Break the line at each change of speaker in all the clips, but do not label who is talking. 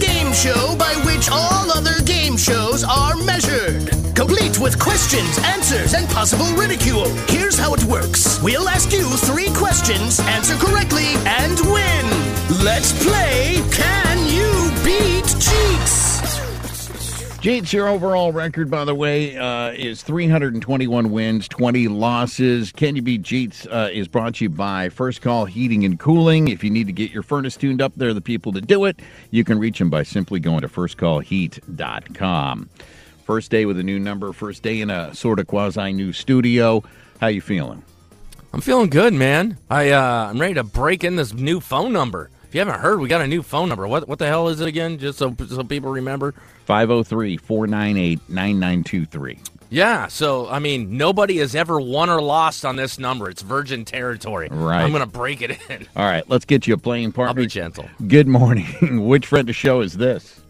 game show by which all other game shows are measured. Complete with questions, answers, and possible ridicule. Here's how it works We'll ask you three questions, answer correctly, and win. Let's play Can You Beat Cheeks?
Jeets, your overall record, by the way, uh, is 321 wins, 20 losses. Can you beat Jeets uh, is brought to you by First Call Heating and Cooling. If you need to get your furnace tuned up, they're the people to do it. You can reach them by simply going to firstcallheat.com. First day with a new number, first day in a sort of quasi new studio. How you feeling?
I'm feeling good, man. I uh, I'm ready to break in this new phone number. If you haven't heard, we got a new phone number. What what the hell is it again? Just so so people remember.
503 498 9923.
Yeah. So I mean, nobody has ever won or lost on this number. It's virgin territory.
Right.
I'm gonna break it in.
All right, let's get you a playing
I'll
partner.
be gentle.
Good morning. Which friend to show is this?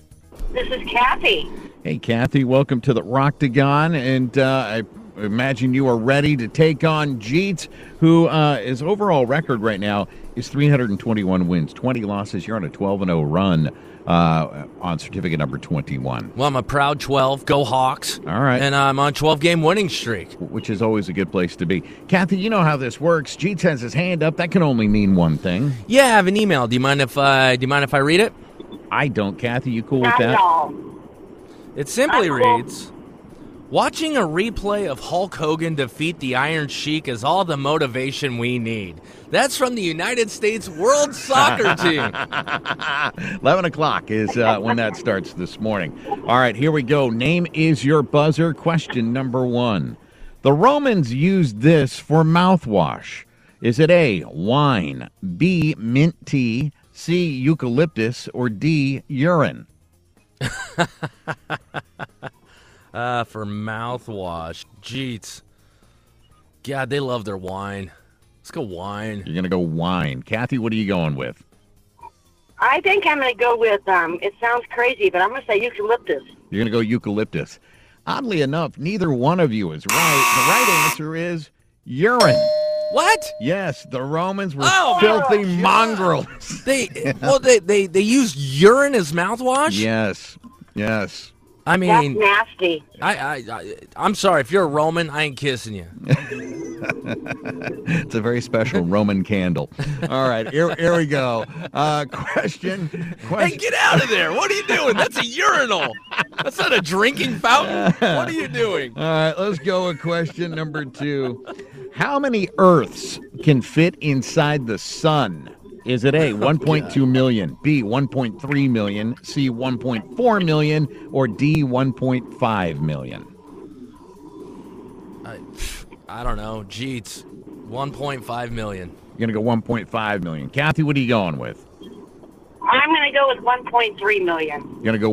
This is Kathy.
Hey, Kathy, welcome to the Roctagon. And uh, I imagine you are ready to take on Jeets, who uh, his overall record right now is 321 wins, 20 losses. You're on a 12 0 run uh, on certificate number 21,
Well, I'm a proud 12. Go Hawks.
All right.
And I'm on 12 game winning streak.
which is always a good place to be. Kathy, you know how this works. Jeets has his hand up. That can only mean one thing.
Yeah. I have an email. Do you mind if I do you mind if I read it?
I don't, Kathy. You cool with
Not
that?
at all.
It simply
I'm cool.
reads Watching a replay of Hulk Hogan defeat the Iron Sheik is all the motivation we need. That's from the United States World Soccer Team.
11 o'clock is uh, when that starts this morning. All right, here we go. Name is your buzzer. Question number one The Romans used this for mouthwash. Is it A, wine, B, mint tea, C, eucalyptus, or D, urine?
Uh, for mouthwash. Jeets. God, they love their wine. Let's go wine.
You're going to go wine. Kathy, what are you going with?
I think I'm going to go with, um, it sounds crazy, but I'm going to say eucalyptus.
You're going to go eucalyptus. Oddly enough, neither one of you is right. The right answer is urine.
What?
Yes, the Romans were
Oh, my
filthy mongrels.
They well they, they they use urine as mouthwash?
Yes. Yes.
I
That's
mean,
nasty.
I, I I I'm sorry if you're a Roman, I ain't kissing you.
It's a very special Roman candle. All right. Here, here we go. Uh, question.
Hey,
question.
get out of there! What are you doing? That's a urinal. That's not a drinking fountain. What are you doing?
All right. Let's go with question number two. How many Earths can fit inside the sun? Is it A, 1.2 million, B, 1.3 million, C, 1.4 million, or D, 1.5 million?
I, I don't know. Jeets, 1.5 million.
You're going to go 1.5 million. Kathy, what are you going with?
I'm going to go with 1.3 million.
You're going to go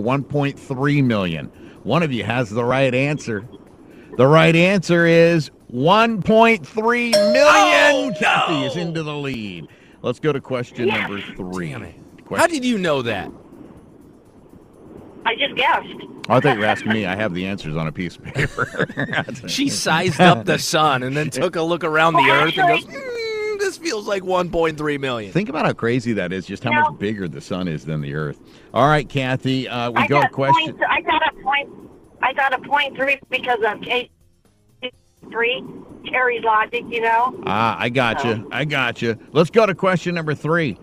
1.3 million. One of you has the right answer. The right answer is 1.3 million. Kathy is into the lead. Let's go to question
Yes.
number three.
Damn it.
Question-
How did you know that?
I just guessed.
Oh, I thought you were asking me. I have the answers on a piece of paper.
She sized up the sun and then took a look around the
Well,
earth and goes,
actually-
mm, "This feels like 1.3 million."
Think about how crazy that is, just how
No.
much bigger the sun is than the earth. All right, Kathy, uh, we
I
go
got
to
a
question.
Point, I got a point. I got a point three because of K three Terry's logic, you know.
Ah, I gotcha. you. I gotcha. Let's go to question number three.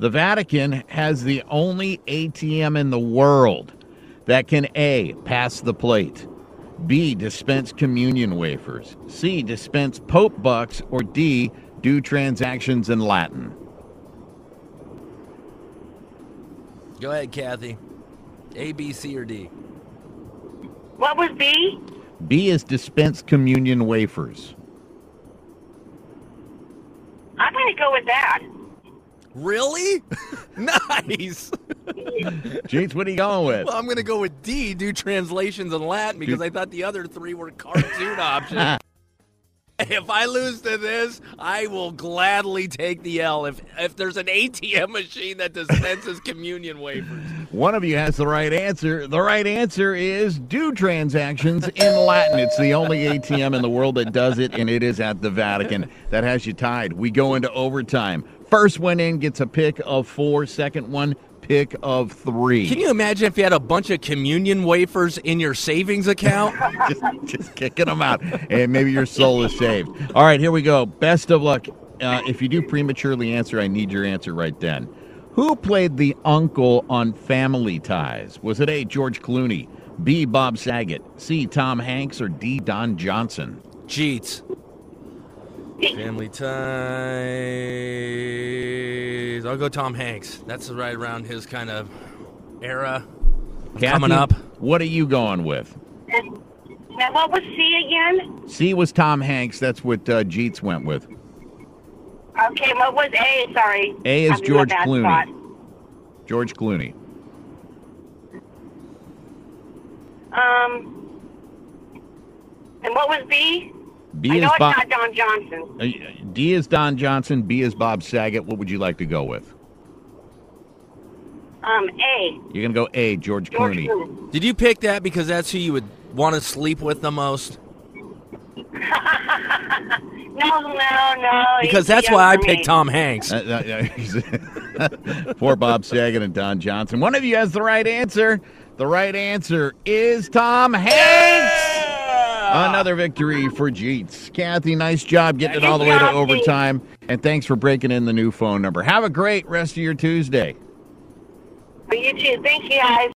The Vatican has the only ATM in the world that can A, pass the plate, B, dispense communion wafers, C, dispense Pope bucks, or D, do transactions in Latin.
Go ahead, Kathy. A, B, C, or D.
What was B?
B is dispense communion wafers.
I'm going to go with that.
Really? nice.
Jeets, what are you going with?
Well, I'm gonna go with D. Do translations in Latin because I thought the other three were cartoon options. If I lose to this, I will gladly take the L. If if there's an ATM machine that dispenses communion wafers,
One of you has the right answer. The right answer is do transactions in Latin. It's the only ATM in the world that does it, and it is at the Vatican. That has you tied. We go into overtime. First one in gets a pick of four. Second one, pick of three.
Can you imagine if you had a bunch of communion wafers in your savings account?
just, just kicking them out, and maybe your soul is saved. All right, here we go. Best of luck. Uh, if you do prematurely answer, I need your answer right then. Who played the uncle on Family Ties? Was it A. George Clooney, B. Bob Saget, C. Tom Hanks, or D. Don Johnson?
Cheats. Family ties. I'll go Tom Hanks. That's right around his kind of era. Coming
Kathy,
up.
What are you going with?
And now, what was C again?
C was Tom Hanks. That's what uh, Jeets went with.
Okay, what was A? Sorry.
A is
I'm in a
George
bad
Clooney.
spot.
George Clooney.
Um, and what was B?
E
B
I
is
know it's
Bob.
not Don Johnson.
Uh, D is Don Johnson. B is Bob Saget. What would you like to go with?
Um, A.
You're gonna go A, George
George
Clooney.
Clooney.
Did you pick that because that's who you would want to sleep with the most?
No, no, no.
Because
he's too
that's
young
why I
for me.
picked Tom Hanks.
Uh, uh, uh, For Bob Saget and Don Johnson. One of you has the right answer. The right answer is Tom Hanks. Another victory for Jeets. Kathy, nice job getting it all the way to
Thank you, Kathy.
overtime. And thanks for breaking in the new phone number. Have a great rest of your Tuesday.
But you too. Thank you, guys.